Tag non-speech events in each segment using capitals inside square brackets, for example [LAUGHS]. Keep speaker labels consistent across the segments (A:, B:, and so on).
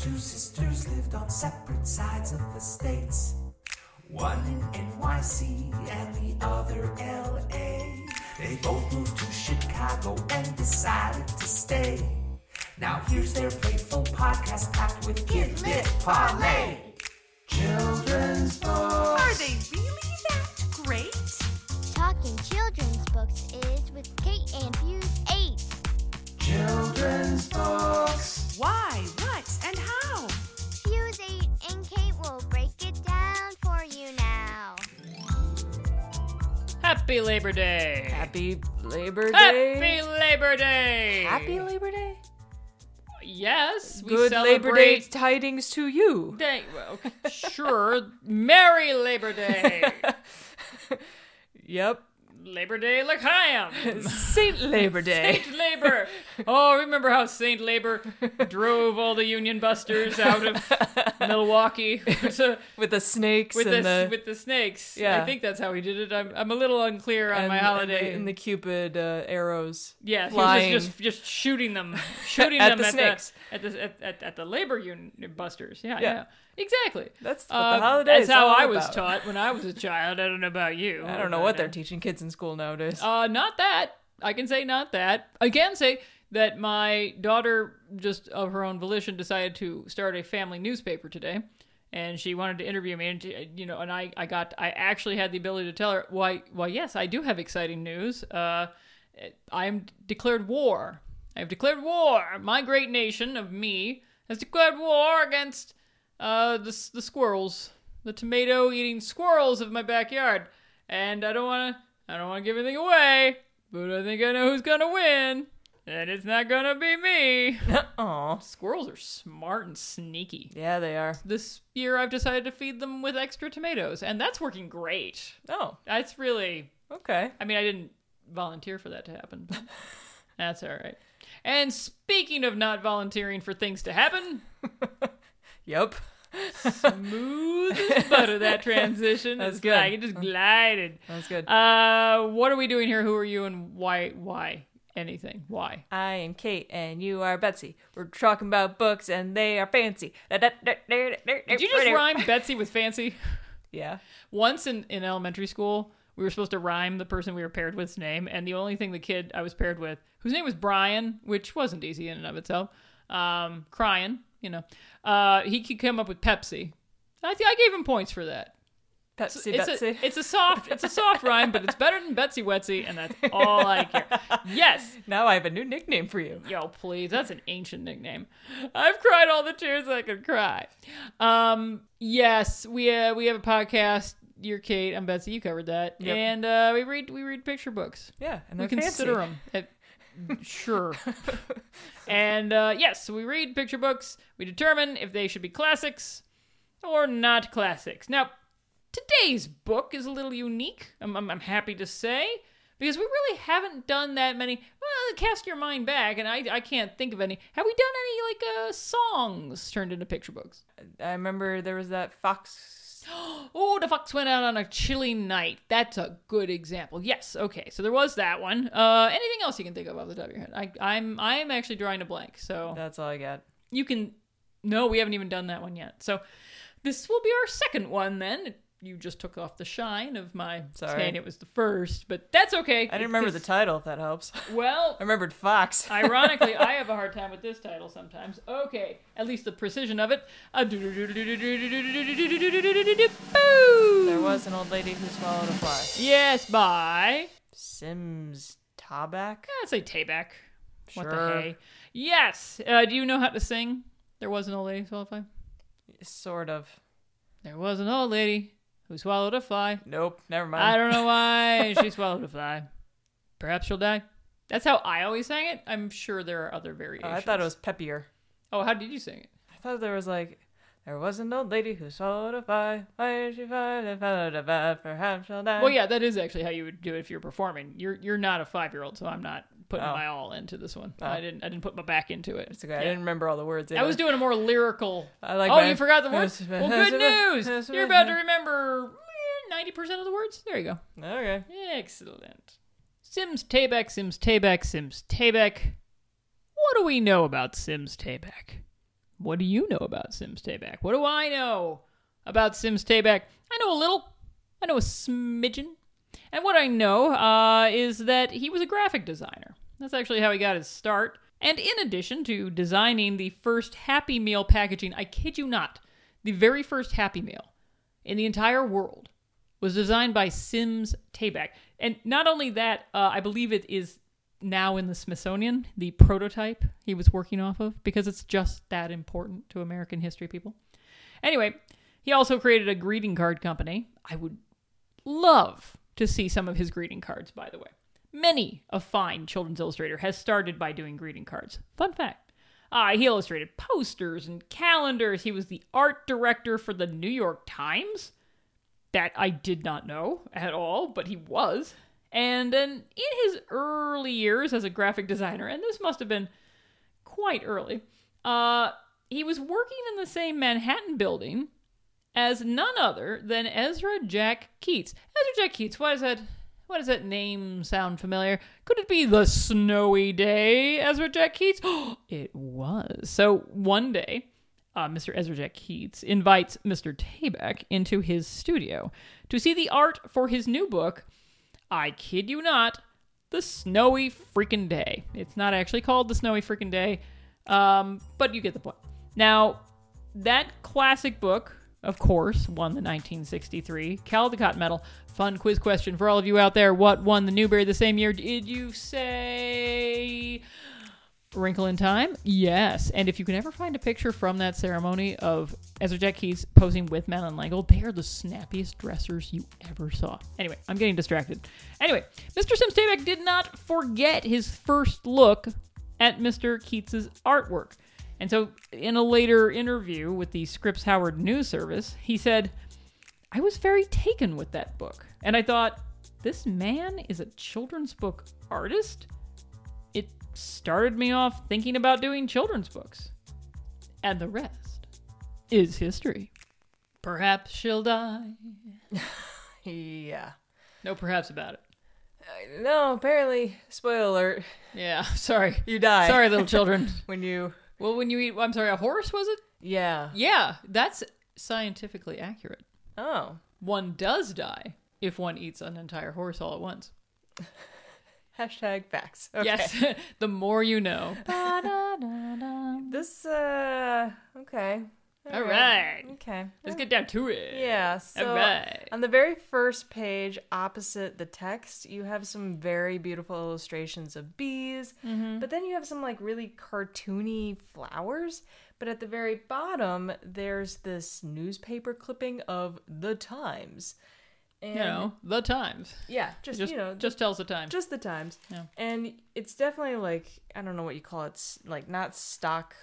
A: Two sisters lived on separate sides of the states. One in NYC and the other LA. They both moved to Chicago and decided to stay. Now here's their playful podcast packed with kid lit parlay. Children's books.
B: Are they really that great?
C: Talking children's books is with Kate and Fuse 8.
A: Children's books.
B: Why, what, and how?
C: Fuse 8 and Kate will break it down for you now.
D: Happy Labor Day!
E: Happy Labor Day.
D: Happy Labor Day!
E: Happy Labor Day.
D: Yes, we
E: Good
D: celebrate
E: Labor Day tidings to you.
D: Day. well, okay, sure. Merry Labor Day.
E: [LAUGHS] Yep.
D: Labor Day l'chaim.
E: [LAUGHS] Saint Labor Day.
D: Saint
E: [LAUGHS]
D: Labor. Oh, remember how Saint Labor drove all the Union Busters out of Milwaukee to-
E: [LAUGHS] with the snakes
D: [LAUGHS] with the,
E: and the,
D: with the snakes?
E: Yeah.
D: I think that's how he did it. I'm, I'm a little unclear on
E: and-
D: my
E: and
D: holiday.
E: the- and the cupid uh, arrows.
D: Yeah, he
E: flying.
D: was just, just just shooting them, shooting
E: [LAUGHS] At
D: them
E: the
D: at,
E: snakes.
D: the, at the at at, at the labor union busters. Yeah,
E: Yeah.
D: yeah, exactly. Um,
E: That's what the holiday
D: That's
E: is
D: how
E: all
D: I was
E: about.
D: taught when I was a child. I don't know about you.
E: I don't know what they're teaching kids in school nowadays.
D: Uh, not that I can say not that. I can say that my daughter just of her own volition decided to start a family newspaper today. And she wanted to interview me, and she- you know, and I, I got, I actually had the ability to tell her, why, why, yes, I do have exciting news. Uh, I am declared war. I have declared war. My great nation of me has declared war against uh, the, s- the squirrels, the tomato eating squirrels of my backyard. And I don't want to. I don't want to give anything away, but I think I know who's gonna win, and it's not gonna be me.
E: Aw.
D: Squirrels are smart and sneaky.
E: Yeah, they are.
D: This year, I've decided to feed them with extra tomatoes, and that's working great.
E: Oh,
D: That's really
E: okay.
D: I mean, I didn't volunteer for that to happen. But that's all right. And speaking of not volunteering for things to happen, [LAUGHS]
E: Yep.
D: smooth as [LAUGHS] butter that transition.
E: That's
D: It's
E: good.
D: Like it just glided.
E: [LAUGHS] That's good.
D: Uh, what are we doing here? Who are you and why? Why anything? Why?
E: I am Kate and you are Betsy. We're talking about books and they are fancy. Did
D: Did you just rhyme Betsy with fancy? [LAUGHS]
E: Yeah.
D: Once in, in elementary school, we were supposed to rhyme the person we were paired with's name, and the only thing the kid I was paired with, whose name was Brian, which wasn't easy in and of itself, um, crying, you know, uh, he could come up with Pepsi. I, th- I gave him points for that.
E: Pepsi
D: It's
E: Betsy.
D: a it's a soft it's a soft rhyme, but it's better than Betsy Wetsy, and that's all I care. Yes,
E: [LAUGHS] now I have a new nickname for you.
D: Yo, please. That's an ancient nickname. I've cried all the tears I could cry. Um, yes, we uh, we have a podcast. You're Kate. I'm Betsy. You covered that.
E: Yep.
D: And uh, we read we read picture books.
E: Yeah, and
D: we
E: they're
D: consider
E: fancy.
D: them. sure. and uh, yes, we read picture books. We determine if they should be classics or not classics. Now, today's book is a little unique, I'm, I'm, I'm happy to say, because we really haven't done that many. Well, cast your mind back, and I, I can't think of any. Have we done any, like, uh, songs turned into picture books?
E: [LAUGHS] I remember there was that fox.
D: Oh, the fox went out on a chilly night. That's a good example. Yes. Okay. So there was that one. Uh, anything else you can think of off the top of your head? I, I'm I'm actually drawing a blank. So
E: That's all I got.
D: you can. No, we haven't even done that one yet. So this will be our second one then. You just took off the shine of my
E: Sorry.
D: saying it was the first, but that's okay.
E: I didn't remember the title, if that helps. [LAUGHS] I
D: Well,
E: remembered fox. [LAUGHS]
D: Ironically, [LAUGHS] I have a hard time with this title sometimes. Okay, at least the precision of it. Uh,
E: there was an old lady who swallowed a fly.
D: Yes, by
E: Sims Tabak?
D: I'd say Tayback. What the
E: Sure.
D: hey? Yes. Uh, do you know how to sing? There was an old lady who swallowed a fly.
E: Sort of.
D: There was an old lady who swallowed a fly.
E: Nope, never mind.
D: I don't know
E: [LAUGHS]
D: why she swallowed a fly. Perhaps she'll die. That's how I always sang it. I'm sure there are other
E: Oh,
D: variations.
E: I thought it was peppier.
D: Oh, how did you sing it?
E: I thought there was like, there was an old lady who swallowed a fly. Why did she find a fellow to bed? Perhaps she'll die.
D: Well, yeah, that is actually how you would do it if you're performing. You're you're not a five year old, so I'm not putting
E: Oh.
D: my all into this one. I didn't I didn't put my back into it.
E: It's okay. I didn't remember all the words.
D: I was doing a more lyrical.
E: I like
D: oh,
E: my-
D: you forgot the
E: [LAUGHS]
D: words. well, good news. You're about to remember eh, ninety percent of the words. There you go.
E: doing. Okay.
D: Excellent. Sims Tabak, Sims Tabak, Sims Tabak. What do we know about Sims Tabak? What do you know about Sims Payback? What do I know about Sims Payback? I know a little. I know a smidgen. And what I know uh, is that he was a graphic designer. That's actually how he got his start. And in addition to designing the first Happy Meal packaging, I kid you not, the very first Happy Meal in the entire world was designed by Sims Tabak. And not only that, uh, I believe it is now in the Smithsonian, the prototype he was working off of, because it's just that important to American history people. Anyway, he also created a greeting card company. I would love to see some of his greeting cards, by the way. Many a fine children's illustrator has started by doing greeting cards. Fun fact. Uh, he illustrated posters and calendars. He was the art director for the New York Times. That I did not know at all, but he was. And then in his early years as a graphic designer, and this must have been quite early, uh, he was working in the same Manhattan building as none other than Ezra Jack Keats. Ezra Jack Keats, why does that why does that name sound familiar? Could it be the snowy day, Ezra Jack Keats? [GASPS] it was. So one day, uh, Mr. Ezra Jack Keats invites Mr. Tabak into his studio to see the art for his new book, I kid you not, the snowy freaking day. It's not actually called the snowy freaking day, um, but you get the point. Now, that classic book, of course, won the 1963 Caldecott Medal. Fun quiz question for all of you out there: What won the Newbery the same year? Did you say? Wrinkle in Time? Yes. And if you can ever find a picture from that ceremony of Ezra Jack Keats posing with Madeline Langle, they are the snappiest dressers you ever saw. Anyway, I'm getting distracted. Anyway, Mr. Sims Tabak did not forget his first look at Mr. Keats's artwork. And so, in a later interview with the Scripps Howard News Service, he said, I was very taken with that book. And I thought, this man is a children's book artist? it started me off thinking about doing children's books. And the rest is history. Perhaps she'll die.
E: Yeah.
D: No, perhaps about it.
E: No, apparently, spoiler alert,
D: Yeah, [LAUGHS] sorry.
E: you die.
D: Sorry, [LAUGHS] little children.
E: When you.
D: well, when you eat, I'm sorry, a horse, was it?
E: Yeah.
D: Yeah, that's scientifically accurate.
E: Oh.
D: One does die if one eats an entire horse all at once.
E: Hashtag facts. Okay.
D: Yes, [LAUGHS] the more you [LAUGHS] know.
E: This, uh. Okay.
D: All right.
E: Okay.
D: Let's get down to it.
E: Yeah, so
D: right.
E: on the very first page opposite the text, you have some very beautiful illustrations of bees,
D: Mm-hmm.
E: but then you have some like really cartoony flowers. But at the very bottom, there's this newspaper clipping of the Times. And,
D: You know, the times.
E: yeah, just,
D: Just,
E: you know,
D: just tells the time.
E: just the times and it's definitely like i don't know what you call it s- like not stock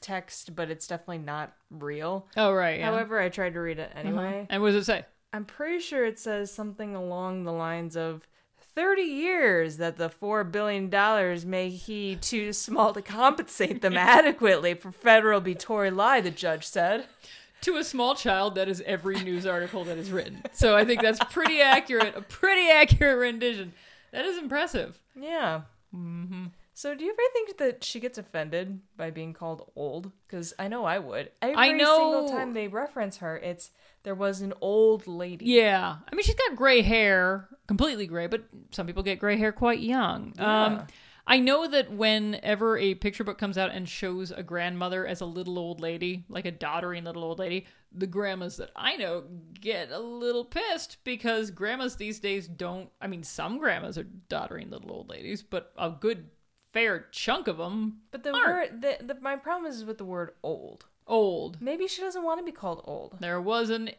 E: text but it's definitely not real
D: oh, right. yeah.
E: however i tried to read it anyway
D: And what does it say?
E: i'm pretty sure it says something along the lines of 30 years that the four billion dollars may he too small to compensate them adequately for federal be tory lie the judge said
D: To a small child, that is every news article that is written. So I think that's pretty accurate, a pretty accurate rendition. That is impressive.
E: yeah mm-hmm. so do you ever think that she gets offended by being called old because i know i would every
D: know-
E: single time they reference her it's there was an old lady
D: Yeah. I mean, she's got gray hair, completely gray, but some people get gray hair quite young. Um, I know that whenever a picture book comes out and shows a grandmother as a little old lady, like a doddering little old lady, the grandmas that I know get a little pissed because grandmas these days don't. I mean, some grandmas are doddering little old ladies, but a good fair chunk of them
E: but the
D: Aren't.
E: word the, the, my problem is with the word old
D: old.
E: maybe she doesn't want to be called old
D: There was an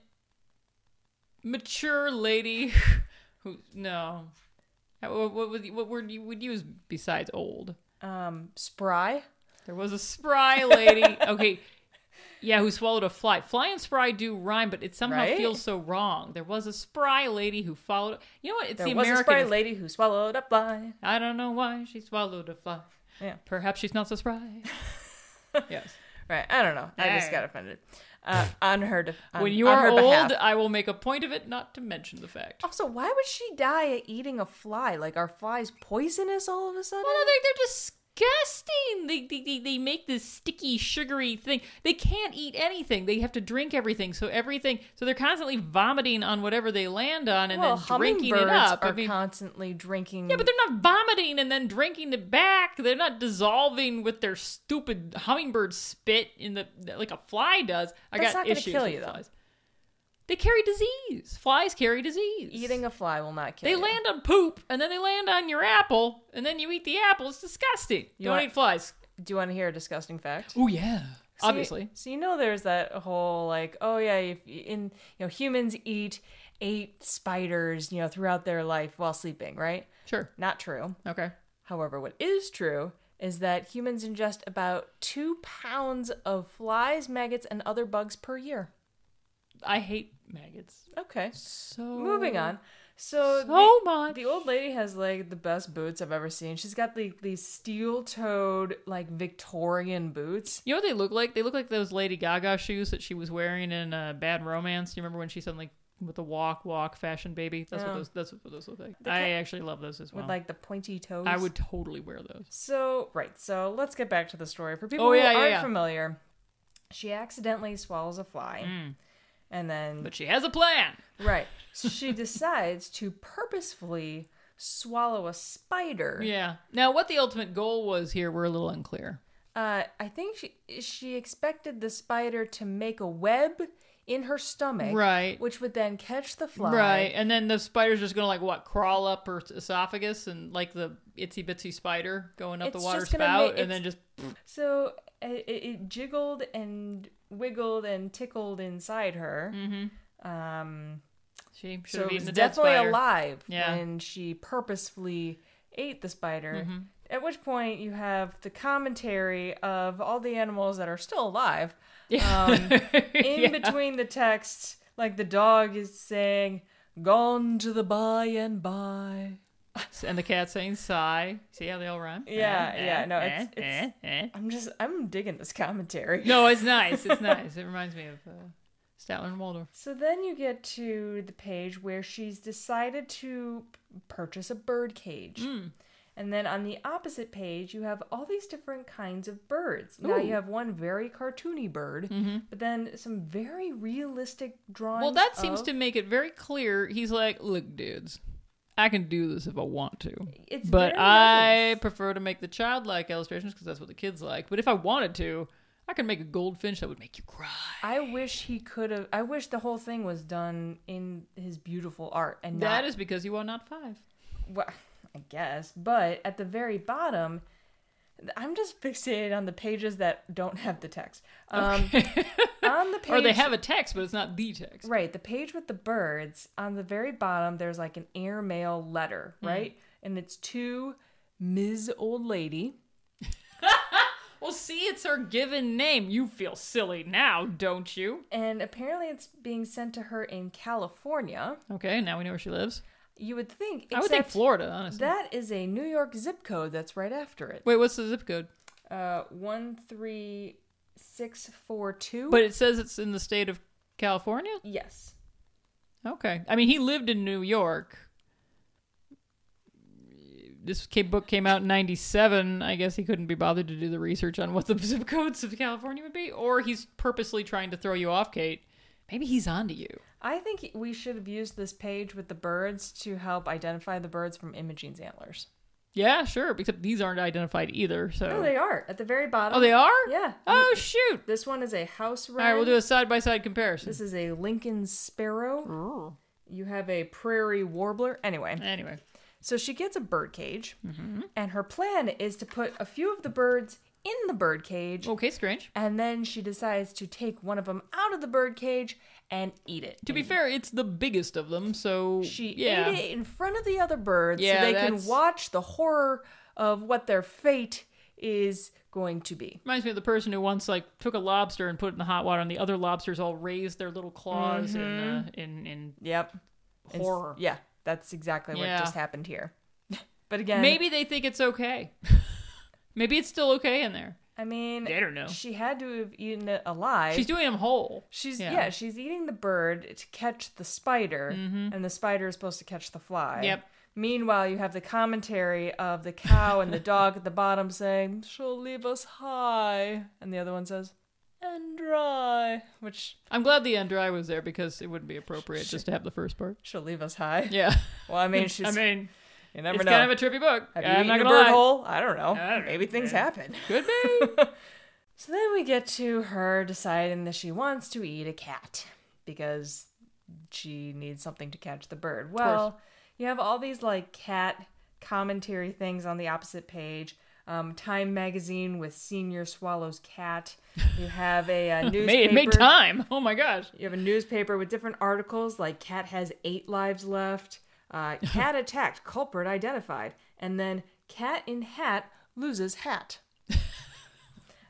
D: mature lady [LAUGHS] who no. Uh, What, what, would- what word you would use besides old?
E: um spry
D: There was a
E: [LAUGHS]
D: spry lady. okay. Yeah, who swallowed a fly. Fly and spry do rhyme, but it somehow
E: Right?
D: feels so wrong. There was a spry lady who followed. You know what? It's
E: there
D: the
E: was
D: American.
E: a spry lady who swallowed a fly
D: I don't know why she swallowed a fly.
E: Yeah.
D: Perhaps she's not so spry.
E: [LAUGHS]
D: yes.
E: right i don't know i just
D: Alright.
E: got offended uh, on her de- on,
D: When you
E: on
D: are
E: her
D: old,
E: behalf.
D: I will make a point of it not to mention the fact.
E: also why would she die at eating a fly like are flies poisonous all of a sudden
D: Well, no, they, they're disgusting. They, they, they, they make this sticky, sugary thing. They can't eat anything. They have to drink everything. So everything. So they're constantly vomiting on whatever they land on and
E: well,
D: then drinking it
E: hummingbirds
D: up.
E: are
D: I mean,
E: constantly drinking.
D: yeah, but they're not vomiting and then drinking it back. They're not dissolving with their stupid hummingbird spit in the like a fly does. I
E: That's
D: got
E: not gonna
D: issues
E: kill
D: with
E: you, though.
D: flies. They carry disease. Flies carry disease.
E: eating a fly will not kill
D: They
E: you.
D: land on poop, and then they land on your apple, and then you eat the apple. It's disgusting.
E: You
D: Don't
E: want-
D: eat flies.
E: Do you want to hear a disgusting fact?
D: Oh yeah, obviously.
E: So you, know there's that whole like, oh yeah, if, in you know humans eat eight spiders, you know, throughout their life while sleeping, right?
D: Sure.
E: Not true.
D: Okay.
E: However, what is true is that humans ingest about two pounds of flies, maggots, and other bugs per year.
D: I hate maggots.
E: Okay.
D: So
E: Moving on. So,
D: So
E: the,
D: much.
E: the old lady has like the best boots I've ever seen. She's got like these steel-toed like Victorian boots.
D: You know what they look like? They look like those Lady Gaga shoes that she was wearing in uh, Bad Romance. Do you remember when she suddenly with the walk, walk, fashion baby? That's what
E: Yeah.
D: those. That's what those look like. I actually love those as well.
E: With like the pointy toes.
D: Oh. I would totally wear those.
E: So, right. So, let's get back to the story. For people
D: Oh, yeah,
E: who
D: yeah,
E: aren't
D: yeah.
E: familiar, she accidentally swallows a fly. And then
D: Mm. But [LAUGHS] she has a plan.
E: right. she decides to purposefully swallow a spider.
D: Yeah. Now, what the ultimate goal was here, we're a little unclear.
E: Uh, I think she she expected the spider to make a web in her stomach,
D: Right.
E: Which would then catch the fly,
D: Right, and then the spider's just gonna like what crawl up her esophagus and like the itsy bitsy spider going up
E: It's
D: the water
E: just gonna ma-
D: spout, and
E: it's-
D: then just
E: So uh, it, it jiggled and wiggled and tickled inside her. Um,
D: she should
E: so
D: have
E: it was
D: Mm-hmm. eaten the dead
E: definitely
D: spider.
E: alive
D: Yeah.
E: when she purposefully ate the spider.
D: Mm-hmm.
E: At which point you have the commentary of all the animals that are still alive. Um,
D: [LAUGHS]
E: in between the texts, like the dog is saying, "Gone to the by and by."
D: and the cat saying sigh. See how they all rhyme?
E: Yeah,
D: Eh,
E: yeah,
D: eh,
E: no,
D: eh,
E: it's- it's-
D: eh, eh.
E: I'm just, I'm digging this commentary.
D: no, it's nice. It's nice. It reminds me of uh, Statler and Waldorf.
E: So then you get to the page where she's decided to p- purchase a bird cage.
D: Hmm.
E: And then on the opposite page, you have all these different kinds of birds. Now you have one very cartoony bird, but then some very realistic drawings.
D: Mm-hmm. Well, that seems
E: of-
D: to make it very clear. He's like, look, dudes, I can do this if I want to.
E: It's
D: but
E: very
D: I
E: nice.
D: prefer to make the childlike illustrations because that's what the kids like. But if I wanted to, I could make a goldfinch that would make you cry.
E: I wish he could have. I wish the whole thing was done in his beautiful art and not
D: That is because you are not five.
E: Well, I guess, but at the very bottom, I'm just fixated on the pages that don't have the text. Um, on the
D: [LAUGHS]
E: page,
D: Or they have a text, but it's not the text.
E: right the page with the birds. On the very bottom, there's like an airmail letter,
D: Mm.
E: right? And it's to Ms. Old Lady.
D: Well, see, it's her given name. You feel silly now, don't you?
E: And apparently, it's being sent to her in California.
D: Okay, now we know where she lives.
E: You would think.
D: I would think
E: except
D: Florida, honestly.
E: That is a New York zip code that's right after it.
D: Wait, what's the zip code?
E: Uh, one three six four two.
D: But it says it's in the state of California?
E: yes.
D: Okay. I mean, he lived in New York. This ca- book came out in 97. I guess he couldn't be bothered to do the research on what the [LAUGHS] zip codes of California would be, or he's purposely trying to throw you off, Kate. Maybe he's onto you.
E: I think we should have used this page with the birds to help identify the birds from Imogene's antlers.
D: Yeah, sure. Except these aren't identified either. So.
E: Oh, they are at the very bottom.
D: Oh, they are?
E: Yeah.
D: Oh, shoot.
E: This one is a house wren.
D: All right, we'll do a side by side comparison.
E: This is a Lincoln sparrow. You have a prairie warbler. Anyway,
D: Anyway.
E: so she gets a bird cage,
D: Mm-hmm.
E: and her plan is to put a few of the birds in the bird cage,
D: Okay, strange.
E: and then she decides to take one of them out of the bird cage and eat it.
D: To be fair, it's the biggest of them, so.
E: She
D: yeah.
E: ate it in front of the other birds
D: Yeah,
E: so they
D: that's-
E: can watch the horror of what their fate is going to be.
D: Reminds me of the person who once like took a lobster and put it in the hot water, and the other lobsters all raised their little claws in, uh, in in
E: Yep. Mm-hmm. It's-
D: horror.
E: yeah, that's exactly what
D: Yeah.
E: just happened here. [LAUGHS] but again,
D: Maybe they think it's okay. [LAUGHS] Maybe it's still okay in there.
E: I mean,
D: I don't know.
E: She had to have eaten it alive.
D: She's doing them whole.
E: She's
D: Yeah.
E: yeah. she's eating the bird to catch the spider, and the spider is supposed to catch the fly.
D: Mm-hmm. Yep.
E: Meanwhile, you have the commentary of the cow
D: [LAUGHS]
E: and the dog at the bottom saying, She'll leave us high. And the other one says, And dry. Which,
D: I'm glad the end dry was there because it wouldn't be appropriate just to have the first part.
E: she'll leave us high.
D: [LAUGHS] Yeah.
E: Well, I mean, she's.
D: I mean,
E: you never
D: it's
E: know.
D: kind of a trippy book.
E: have you
D: I'm
E: eaten
D: not
E: a
D: gonna
E: bird
D: lie.
E: hole? I don't know.
D: I don't
E: Maybe things happen.
D: Could be.
E: [LAUGHS] So then we get to her deciding that she wants to eat a cat because she needs something to catch the bird. Well, you have all these like cat commentary things on the opposite page. Um, Time magazine with Senior Swallows Cat. You have a, uh
D: [LAUGHS]
E: newspaper.
D: May, it made time. Oh my gosh.
E: You have a newspaper with different articles like Cat has eight lives left,
D: [LAUGHS]
E: uh, Cat attacked, culprit identified, and then Cat in hat loses hat.
D: [LAUGHS]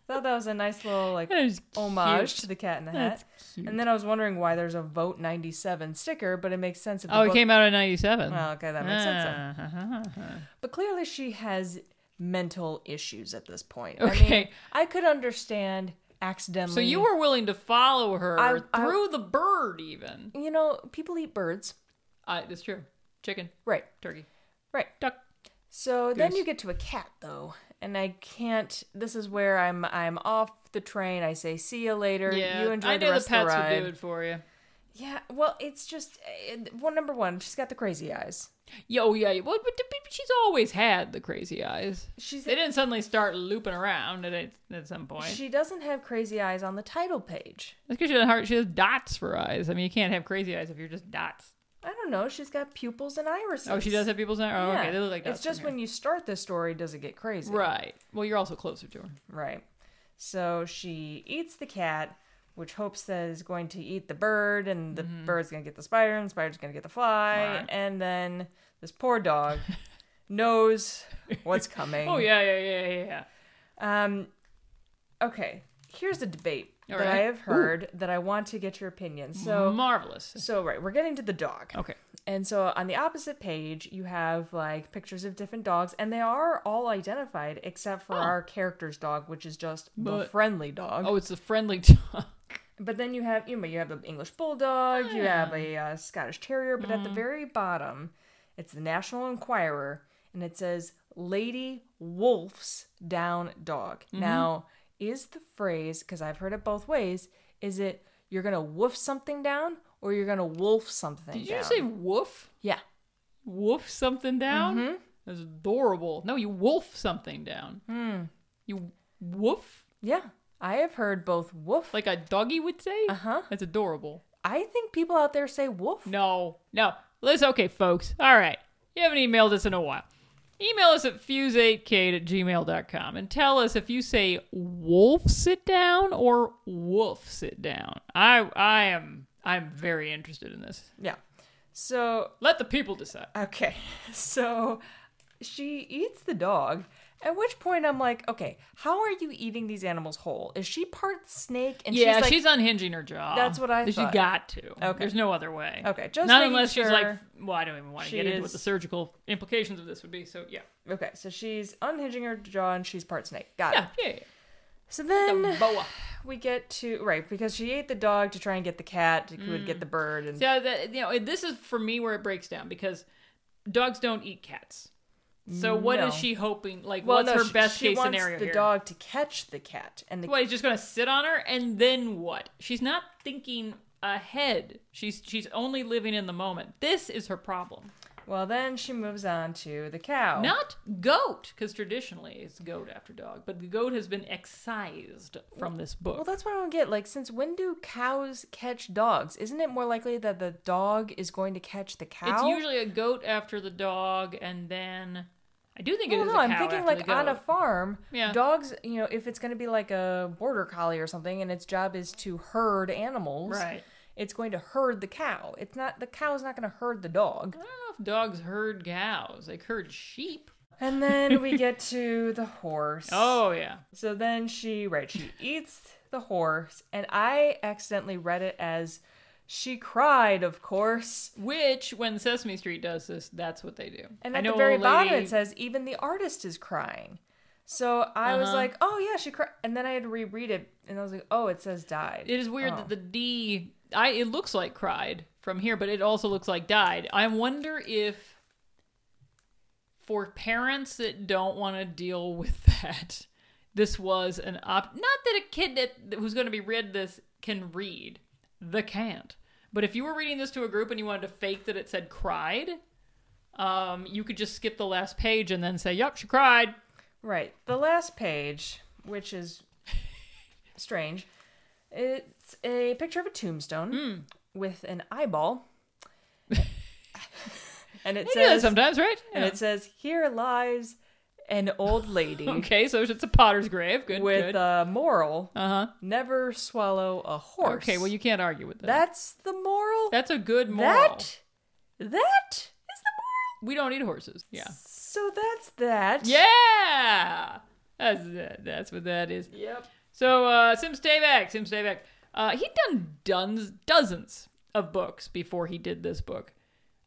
E: Thought that was a nice little like
D: That is
E: homage
D: cute.
E: to the Cat in the
D: That's
E: Hat. And then I was wondering why there's a Vote 97 sticker, but it makes sense if the
D: Oh, it
E: book-
D: came Ah. out in Uh-huh, '97.
E: Well, okay, that makes sense. Then. But clearly she has mental issues at this point. I mean,
D: Okay.
E: I could understand accidentally.
D: So you were willing to follow her
E: I- I-
D: through the bird, even.
E: you know, people eat birds.
D: Uh, that's true. Chicken,
E: Right.
D: turkey,
E: Right.
D: duck.
E: So then
D: Goose.
E: you get to a cat though, and I can't. This is where I'm. I'm off the train. I say, "See you later.
D: Yeah,
E: you enjoy
D: I knew
E: the rest
D: pets
E: of the ride."
D: would do it for you.
E: Yeah. Well, it's just uh, well, number one, she's got the crazy eyes.
D: Yo, yeah. Well, but, but but she's always had the crazy eyes.
E: She's
D: They didn't suddenly start looping around at at, at some point. That's
E: she doesn't have crazy eyes on the title page.
D: because she doesn't have- she has dots for eyes. I mean, you can't have crazy eyes if you're just dots.
E: I don't know. She's got pupils and irises.
D: Oh, she does have people's eyes. Oh,
E: Yeah.
D: okay, they look like dots.
E: it's just when you start the story, does it get crazy?
D: right. Well, you're also closer to her.
E: Right. So she eats the cat, which hopes that is going to eat the bird, and the bird's going to get the spider, and the spider's going to get the fly,
D: Mm-hmm. Right.
E: and then this poor
D: [LAUGHS]
E: dog knows what's coming.
D: Oh yeah, yeah, yeah, yeah, yeah.
E: Um, okay. Here's a debate
D: All
E: that I
D: right.
E: have heard that I want to get your opinion. So,
D: Marvelous.
E: so right, we're getting to the dog.
D: Okay.
E: And so on the opposite page, you have like pictures of different dogs, and they are all identified except for our character's dog, which is just the
D: Oh. But-
E: friendly dog.
D: Oh, it's a friendly [LAUGHS] dog.
E: But then you have you know you have the English bulldog, you have a uh, Scottish terrier, but
D: Mm.
E: at the very bottom, it's the National Enquirer, and it says "Lady Wolf's Down Dog."
D: Mm-hmm.
E: Now, is the phrase because I've heard it both ways? Is it you're gonna woof something down or you're gonna wolf something?
D: Did you
E: down?
D: say woof?
E: yeah?
D: Wolf something down? That's adorable. No, you wolf something down. You woof?
E: Yeah, I have heard both woof.
D: Like a doggy would say? Uh
E: Uh-huh.
D: That's adorable.
E: I think people out there say wolf.
D: No, no. Let's, okay, folks. All right. You haven't emailed us in a while. Email us at fuse8kate at gmail.com and tell us if you say wolf sit down or wolf sit down. I I am I'm very interested in this.
E: Yeah. So
D: Let the people decide.
E: Okay. [LAUGHS] So she eats the dog. At which point I'm like, okay, how are you eating these animals whole? Is she part snake and
D: yeah,
E: she's like
D: unhinging her jaw.
E: That's what I
D: She
E: thought.
D: got to.
E: Okay.
D: There's no other way.
E: Okay, just
D: not
E: making
D: unless she's like.
E: sure
D: Well, I don't even want to
E: she
D: get into what
E: is-
D: the surgical implications of this would be. So yeah,
E: Okay, so she's unhinging her jaw and she's part snake. Got
D: yeah,
E: it.
D: yeah.
E: So
D: yeah.
E: then
D: The boa.
E: we get to right, because she ate the dog to try and get the cat, who would get the bird and
D: Yeah, that, you know, it- this is for me where it breaks down because dogs don't eat cats. So what is
E: No.
D: she hoping? Like,
E: well,
D: what's
E: no,
D: her
E: she-
D: best
E: she
D: case
E: wants
D: scenario
E: the
D: here?
E: dog to catch the cat and the
D: What he's just gonna sit on her and then what? She's not thinking ahead. She's she's only living in the moment. This is her problem.
E: well then she moves on to the cow.
D: Not goat, because traditionally it's goat after dog, but the goat has been excised from this book.
E: Well, that's what I don't get. Like, since when do cows catch dogs? Isn't it more likely that the dog is going to catch the cow?
D: it's usually a goat after the dog, and then I do think it
E: Well,
D: is
E: Oh, no,
D: a
E: I'm
D: cow
E: thinking
D: after the
E: like on a
D: goat.
E: farm,
D: Yeah.
E: dogs. You know, if it's going to be like a border collie or something, and its job is to herd animals,
D: right.
E: It's going to herd the cow. It's not the cow's not going to herd the dog.
D: I don't know if dogs herd cows. They herd sheep.
E: And then we get to the horse.
D: [LAUGHS] Oh yeah.
E: So then she, right, she eats the horse, and I accidentally read it as she cried, of course.
D: Which, when Sesame Street does this, that's what they do.
E: And
D: I
E: at
D: know
E: the
D: a
E: very bottom,
D: lady-
E: it says even the artist is crying. So I
D: Uh-huh.
E: was like, oh yeah, she cried. And then I had to reread it, and I was like, oh, it says died.
D: It is weird
E: Oh.
D: that the D. I it looks like cried from here, but it also looks like died. I wonder if for parents that don't want to deal [LAUGHS] with that, this was an op. Not that a kid that, who's going to be read this can read, the can't. But if you were reading this to a group and you wanted to fake that it said cried, um, you could just skip the last page and then say, "Yep, she cried."
E: Right. The last page, which
D: [LAUGHS]
E: is strange, it's a picture of a tombstone
D: Hmm.
E: with an eyeball.
D: [LAUGHS]
E: and it
D: You do that
E: says
D: sometimes, right?
E: and
D: Yeah.
E: it says here lies an old
D: [LAUGHS]
E: lady
D: okay. So it's a potter's grave. Good.
E: with uh,
D: good.
E: a moral
D: Uh-huh.
E: never swallow a horse.
D: Okay, well you can't argue with that.
E: That's the moral?
D: That's a good moral.
E: That that is the moral.
D: We don't need horses. Yeah.
E: So that's that.
D: Yeah. That's that, that's what that is.
E: Yep.
D: So uh Sim Stavak, Sim Stavak. Uh he'd done duns, dozens of books before he did this book.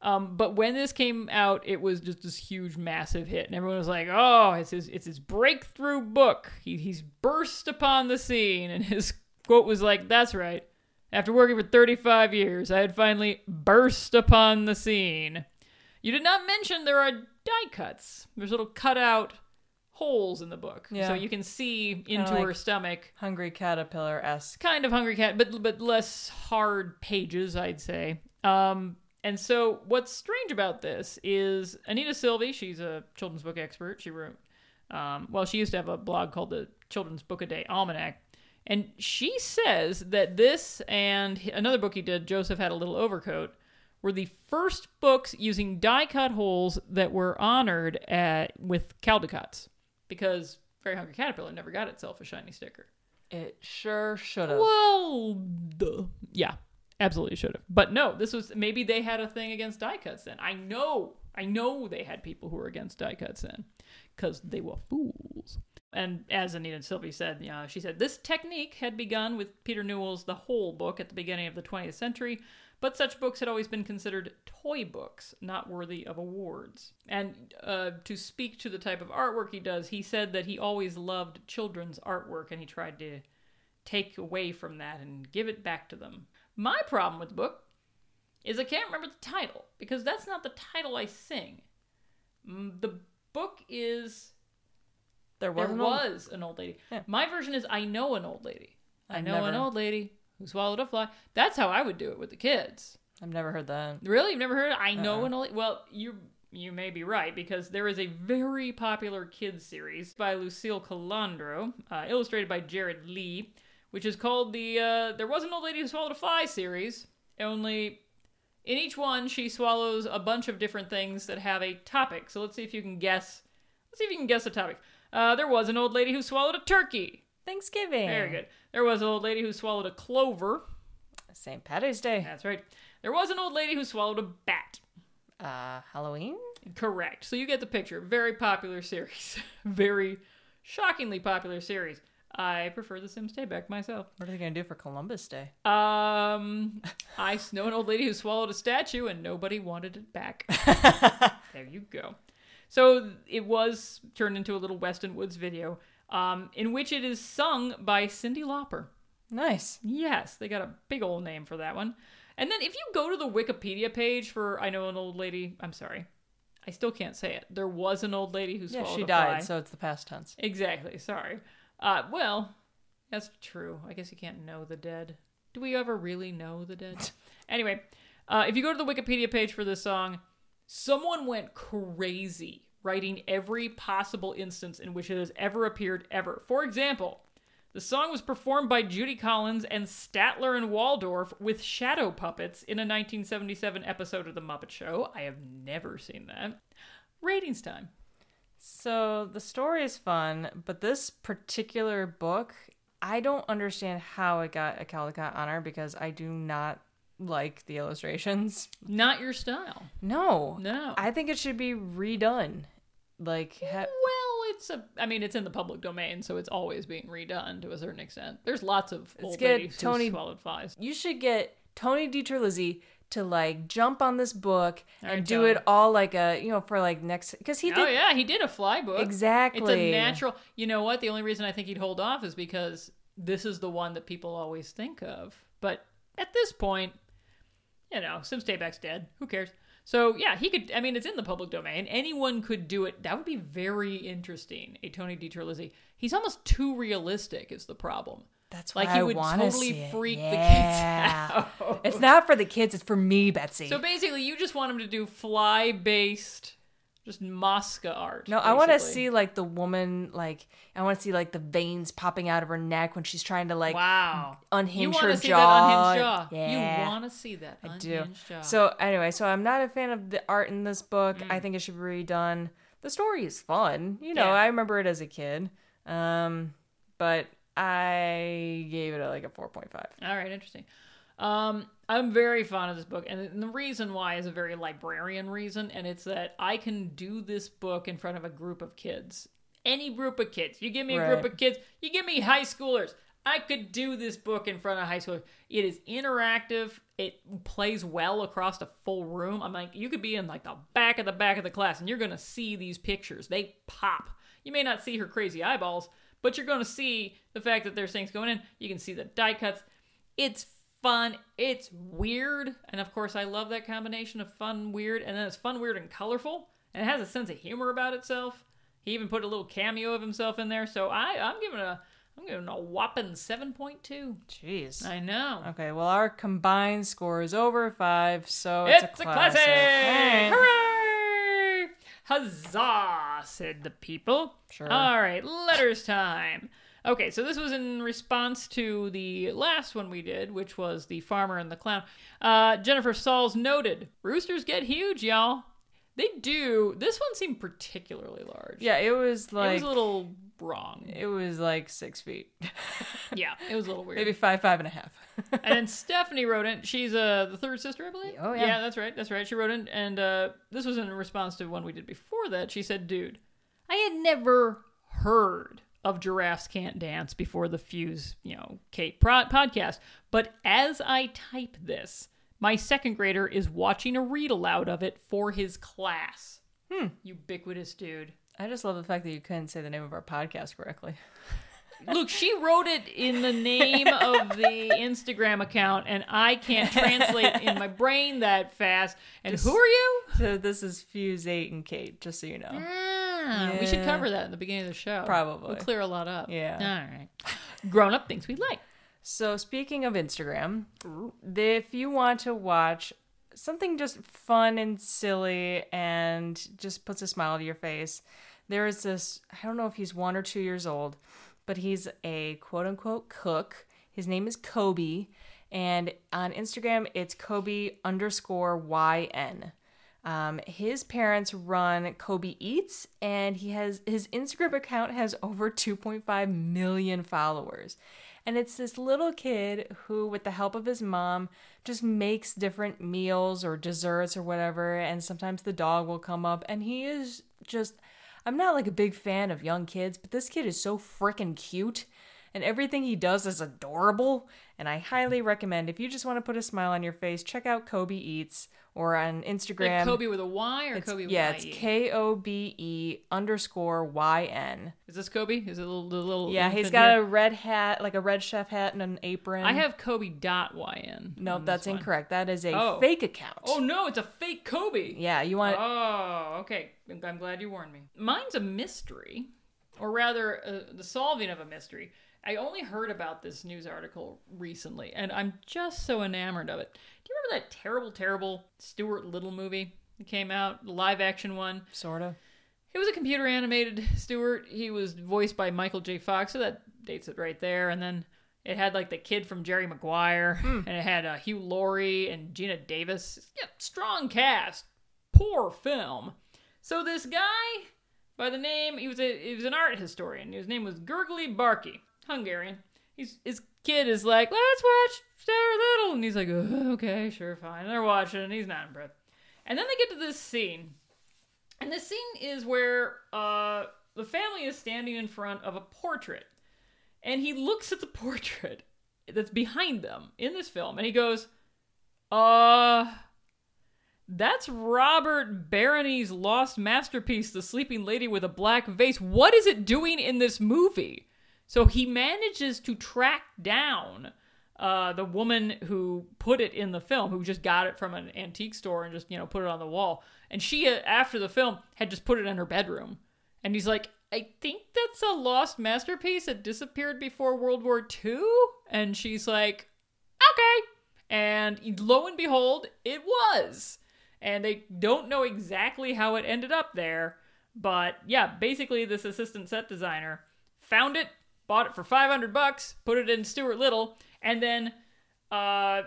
D: Um, but when this came out, it was just this huge, massive hit, and everyone was like, "Oh, it's his, it's his breakthrough book. He, he's burst upon the scene." And his [LAUGHS] quote was like, "That's right. After working for 35 years, I had finally burst upon the scene." You did not mention there are die cuts. There's little cutout holes in the book,
E: Yeah.
D: so you can see into
E: like-
D: her stomach.
E: Hungry caterpillar esque.
D: Kind of hungry cat, but but less hard pages, I'd say. Um, and so what's strange about this is Anita Silvey. She's a children's book expert. She wrote, um, well, she used to have a blog called the Children's Book a Day Almanac. And she says that this and h- another book he did, Joseph Had a Little Overcoat, were the first books using die cut holes that were honored at, with Caldecott's because Very Hungry Caterpillar never got itself a shiny sticker.
E: It sure should have.
D: Well, duh. yeah, absolutely should have. But no, this was maybe they had a thing against die cuts then. I know, I know they had people who were against die cuts then because they were fools. And as Anita Sylvie said, you know, she said this technique had begun with Peter Newell's The Whole Book at the beginning of the 20th century, but such books had always been considered toy books, not worthy of awards. And uh, to speak to the type of artwork he does, he said that he always loved children's artwork and he tried to take away from that and give it back to them. My problem with the book is I can't remember the title because that's not the title I sing. Mm, The book is
E: There
D: there
E: wasn't a-
D: was an old lady.
E: Yeah.
D: My version is I know an old lady. I
E: I've
D: know an
E: never-
D: old lady who swallowed a fly. That's how I would do it with the kids.
E: I've never heard that.
D: Really? You've never heard of I Know an Old Well, you you may be right because there is a very popular kids series by Lucille Calandro, uh, illustrated by Jared Lee, which is called the uh, There Was an Old Lady Who Swallowed a Fly series, only in each one she swallows a bunch of different things that have a topic. So let's see if you can guess. Let's see if you can guess the topic. Uh, there was an old lady who swallowed a turkey.
E: Thanksgiving.
D: Very good. There was an old lady who swallowed a clover.
E: St. Patty's Day.
D: That's right. There was an old lady who swallowed a bat.
E: Uh, Halloween?
D: Correct. So you get the picture. Very popular series. [LAUGHS] Very shockingly popular series. I prefer The Sims Stayback myself.
E: What are they going to do for Columbus Day?
D: Um, I know an old lady who swallowed a statue and nobody wanted it back. there you go. So it was turned into a little Weston Woods video, um, in which it is sung by Cindy Lauper.
E: Nice.
D: Yes, they got a big old name for that one. And then if you go to the Wikipedia page for I know an old lady, I'm sorry. I still can't say it. There was an old lady who
E: Yeah,
D: swallowed
E: she
D: a fly.
E: died, so it's the past tense.
D: Exactly, sorry. Uh well, that's true. I guess you can't know the dead. Do we ever really know the dead? anyway, uh, if you go to the Wikipedia page for this song, someone went crazy writing every possible instance in which it has ever appeared ever. For example, the song was performed by Judy Collins and Statler and Waldorf with shadow puppets in a 1977 episode of The Muppet Show. I have never seen that. Ratings time.
E: So the story is fun, but this particular book, I don't understand how it got a Caldecott honor because I do not like the illustrations.
D: Not your style.
E: No.
D: No.
E: I think it should be redone. Like, ha-
D: Well, it's a. I mean, it's in the public domain, so it's always being redone to a certain extent. There's lots of old
E: get
D: ladies
E: Tony-
D: who swallowed flies.
E: you should get Tony DiTerlizzi to like jump on this book and
D: right,
E: do
D: Tony.
E: it all like a you know for like next because he
D: Oh
E: did
D: yeah, he did a fly book. It's a
E: Exactly.
D: natural. You know what? The only reason I think he'd hold off is because this is the one that people always think of. But at this point, you know, Sim Stayback's dead. Who cares? So yeah, he could. I mean, it's in the public domain. Anyone could do it. That would be very interesting. A Tony DiTerlizzi. He's almost too realistic. Is the problem?
E: That's
D: like
E: why
D: he
E: I
D: would
E: wanna
D: totally
E: see it.
D: freak
E: Yeah.
D: the kids [LAUGHS] out.
E: It's not for the kids, it's for me, Betsy.
D: So basically, you just want him to do fly-based, just Mosca art.
E: no, I want to
D: basically.
E: see like the woman, like I want to see like the veins popping out of her neck when she's trying to like
D: Wow. you
E: unhinge
D: wanna
E: her
D: see
E: jaw.
D: That unhinged jaw.
E: Yeah.
D: You want to see that
E: I
D: unhinged
E: do.
D: jaw. Mm.
E: So anyway, so I'm not a fan of the art in this book. I think it should be redone. The story is fun. You know,
D: Yeah.
E: I remember it as a kid. Um, but I gave it a, like a 4.5.
D: All right, interesting. Um, I'm very fond of this book, and and the reason why is a very librarian reason, and it's that I can do this book in front of a group of kids. Any group of kids. You give me a
E: Right.
D: group of kids, you give me high schoolers. I could do this book in front of high schoolers. It is interactive. It plays well across the full room. I'm like, you could be in like the back of the back of the class, and you're gonna see these pictures. They pop. You may not see her crazy eyeballs, but you're gonna see the fact that there's things going in. You can see the die cuts. It's fun. It's weird. And of course, I love that combination of fun, weird, and then it's fun, weird, and colorful. And it has a sense of humor about itself. He even put a little cameo of himself in there. So I, I'm giving a, I'm giving a whopping seven point two.
E: Jeez.
D: I know.
E: Okay, well, our combined score is over five, so
D: It's,
E: it's,
D: a classic!
E: Alright.
D: Hooray! Huzzah! Said the people.
E: Sure.
D: All right, letters time. Okay, so this was in response to the last one we did, which was the farmer and the clown. Uh, Jennifer Sauls noted, "Roosters get huge, y'all. They do. This one seemed particularly large.
E: Yeah, it was
D: it
E: like
D: was a little wrong.
E: it was like
D: [LAUGHS]
E: six feet,
D: Yeah, it was a little weird.
E: maybe five, five and
D: [LAUGHS]
E: a half.
D: and then Stephanie wrote in. She's uh, the third sister, I believe.
E: Oh, yeah.
D: that's right. That's right. She wrote in, and uh, this was in response to one we did before that. She said, "Dude, I had never heard of giraffes can't dance before the Fuse, you know, Kate pro- podcast. But as I type this, my second grader is watching a read aloud of it for his class. Hmm. Ubiquitous dude."
E: I just love the fact that you couldn't say the name of our podcast correctly. [LAUGHS]
D: Look, she wrote it in the name of the Instagram account, and I can't translate in my brain that fast. And who are you?
E: So this is Fuse Eight and Kate, just so you know.
D: Ah, We should cover that in the beginning of the show.
E: Mm. Probably.
D: We'll clear a lot up.
E: Yeah.
D: All right. Grown up things we like.
E: So speaking of Instagram, the- if you want to watch something just fun and silly and just puts a smile to your face, there is this. I don't know if he's one or two years old, but he's a quote unquote cook. His name is Kobe, and on Instagram it's Kobe underscore yn. Um, his parents run Kobe Eats, and he has his Instagram account has over 2.5 million followers. And it's this little kid who, with the help of his mom, just makes different meals or desserts or whatever. And sometimes the dog will come up, and he is just. I'm not like a big fan of young kids, but this kid is so freaking cute and everything he does is adorable. And I highly recommend if you just want to put a smile on your face, check out Kobe Eats or on Instagram.
D: Like Kobe with a Y or Kobe with
E: yeah,
D: an E?
E: it's
D: IE?
E: K O B E underscore Y N.
D: Is this Kobe? Is it a little, the little
E: Yeah, he's
D: infant
E: got
D: here?
E: a red hat, like a red chef hat and an apron.
D: I have Kobe dot YN.
E: no, that's incorrect. That is a
D: Oh.
E: fake account.
D: Oh no, it's a fake Kobe.
E: yeah, you want
D: Oh, okay. I'm- I'm glad you warned me. Mine's a mystery, or rather, uh, the solving of a mystery. I only heard about this news article recently, and I'm just so enamored of it. Do you remember that terrible, terrible Stuart Little movie that came out, the live action one?
E: sort of.
D: It was a computer animated Stewart. He was voiced by Michael J. Fox, so that dates it right there. And then it had like the kid from Jerry Maguire, and it had uh, Hugh Laurie and Gina Davis. Yeah, strong cast. Poor film. So this guy by the name, he was a he was an art historian. His name was Gurgly Barky, Hungarian. He's his kid is like, let's watch Stuart Little, and he's like, "Ugh, okay, sure, fine. And they're watching, and he's not impressed. And then they get to this scene. And this scene is where uh, the family is standing in front of a portrait. And he looks at the [LAUGHS] portrait that's behind them in this film and he goes, uh, that's Robert Barony's lost masterpiece, The Sleeping Lady with a Black Vase. What is it doing in this movie? So he manages to track down uh, the woman who put it in the film, who just got it from an antique store and just you know put it on the wall, and she uh, after the film had just put it in her bedroom, and he's like, I think that's a lost masterpiece that disappeared before World War II, and she's like, okay, and lo and behold, it was, and they don't know exactly how it ended up there, but yeah, basically this assistant set designer found it, bought it for 500 bucks, put it in Stuart Little, and then, uh,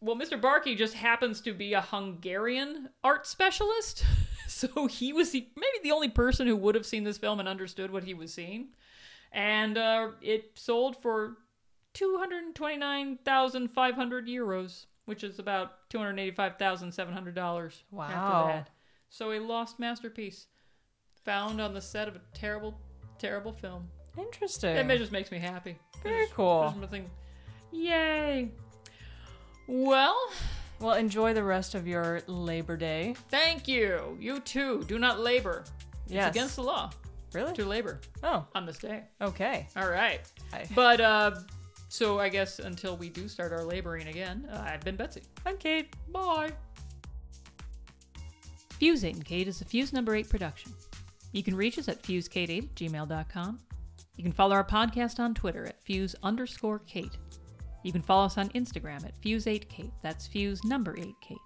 D: well, Mr. Barkey just happens to be a Hungarian art specialist. [LAUGHS] So he was the, maybe the only person who would have seen this film and understood what he was seeing. And uh, it sold for 229,500 euros, which is about $285,700.
E: Wow.
D: After that. So a lost masterpiece found on the set of a terrible, terrible film.
E: Interesting.
D: That just makes me happy.
E: Very cool.
D: There's nothing- Yay. Well,
E: Well, enjoy the rest of your Labor Day.
D: thank you. You too. Do not labor.
E: Yes.
D: It's against the law
E: Really?
D: to labor
E: Oh,
D: on this day.
E: okay.
D: All right.
E: Hi.
D: But, uh, so I guess until we do start our laboring again, uh, I've been Betsy.
E: I'm Kate.
D: Bye. Fuse 8 and Kate is a Fuse number 8 production. You can reach us at fusekate8 at gmail.com. You can follow our podcast on Twitter at fuse underscore Kate. You can follow us on Instagram at fuse8kate. That's fuse number 8 Kate.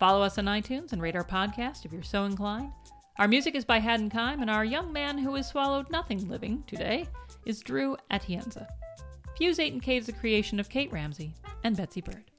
D: Follow us on iTunes and rate our podcast if you're so inclined. Our music is by Haddon Kime, and our young man who has swallowed nothing living today is Drew Atienza. Fuse 8 and Kate is a creation of Kate Ramsey and Betsy Bird.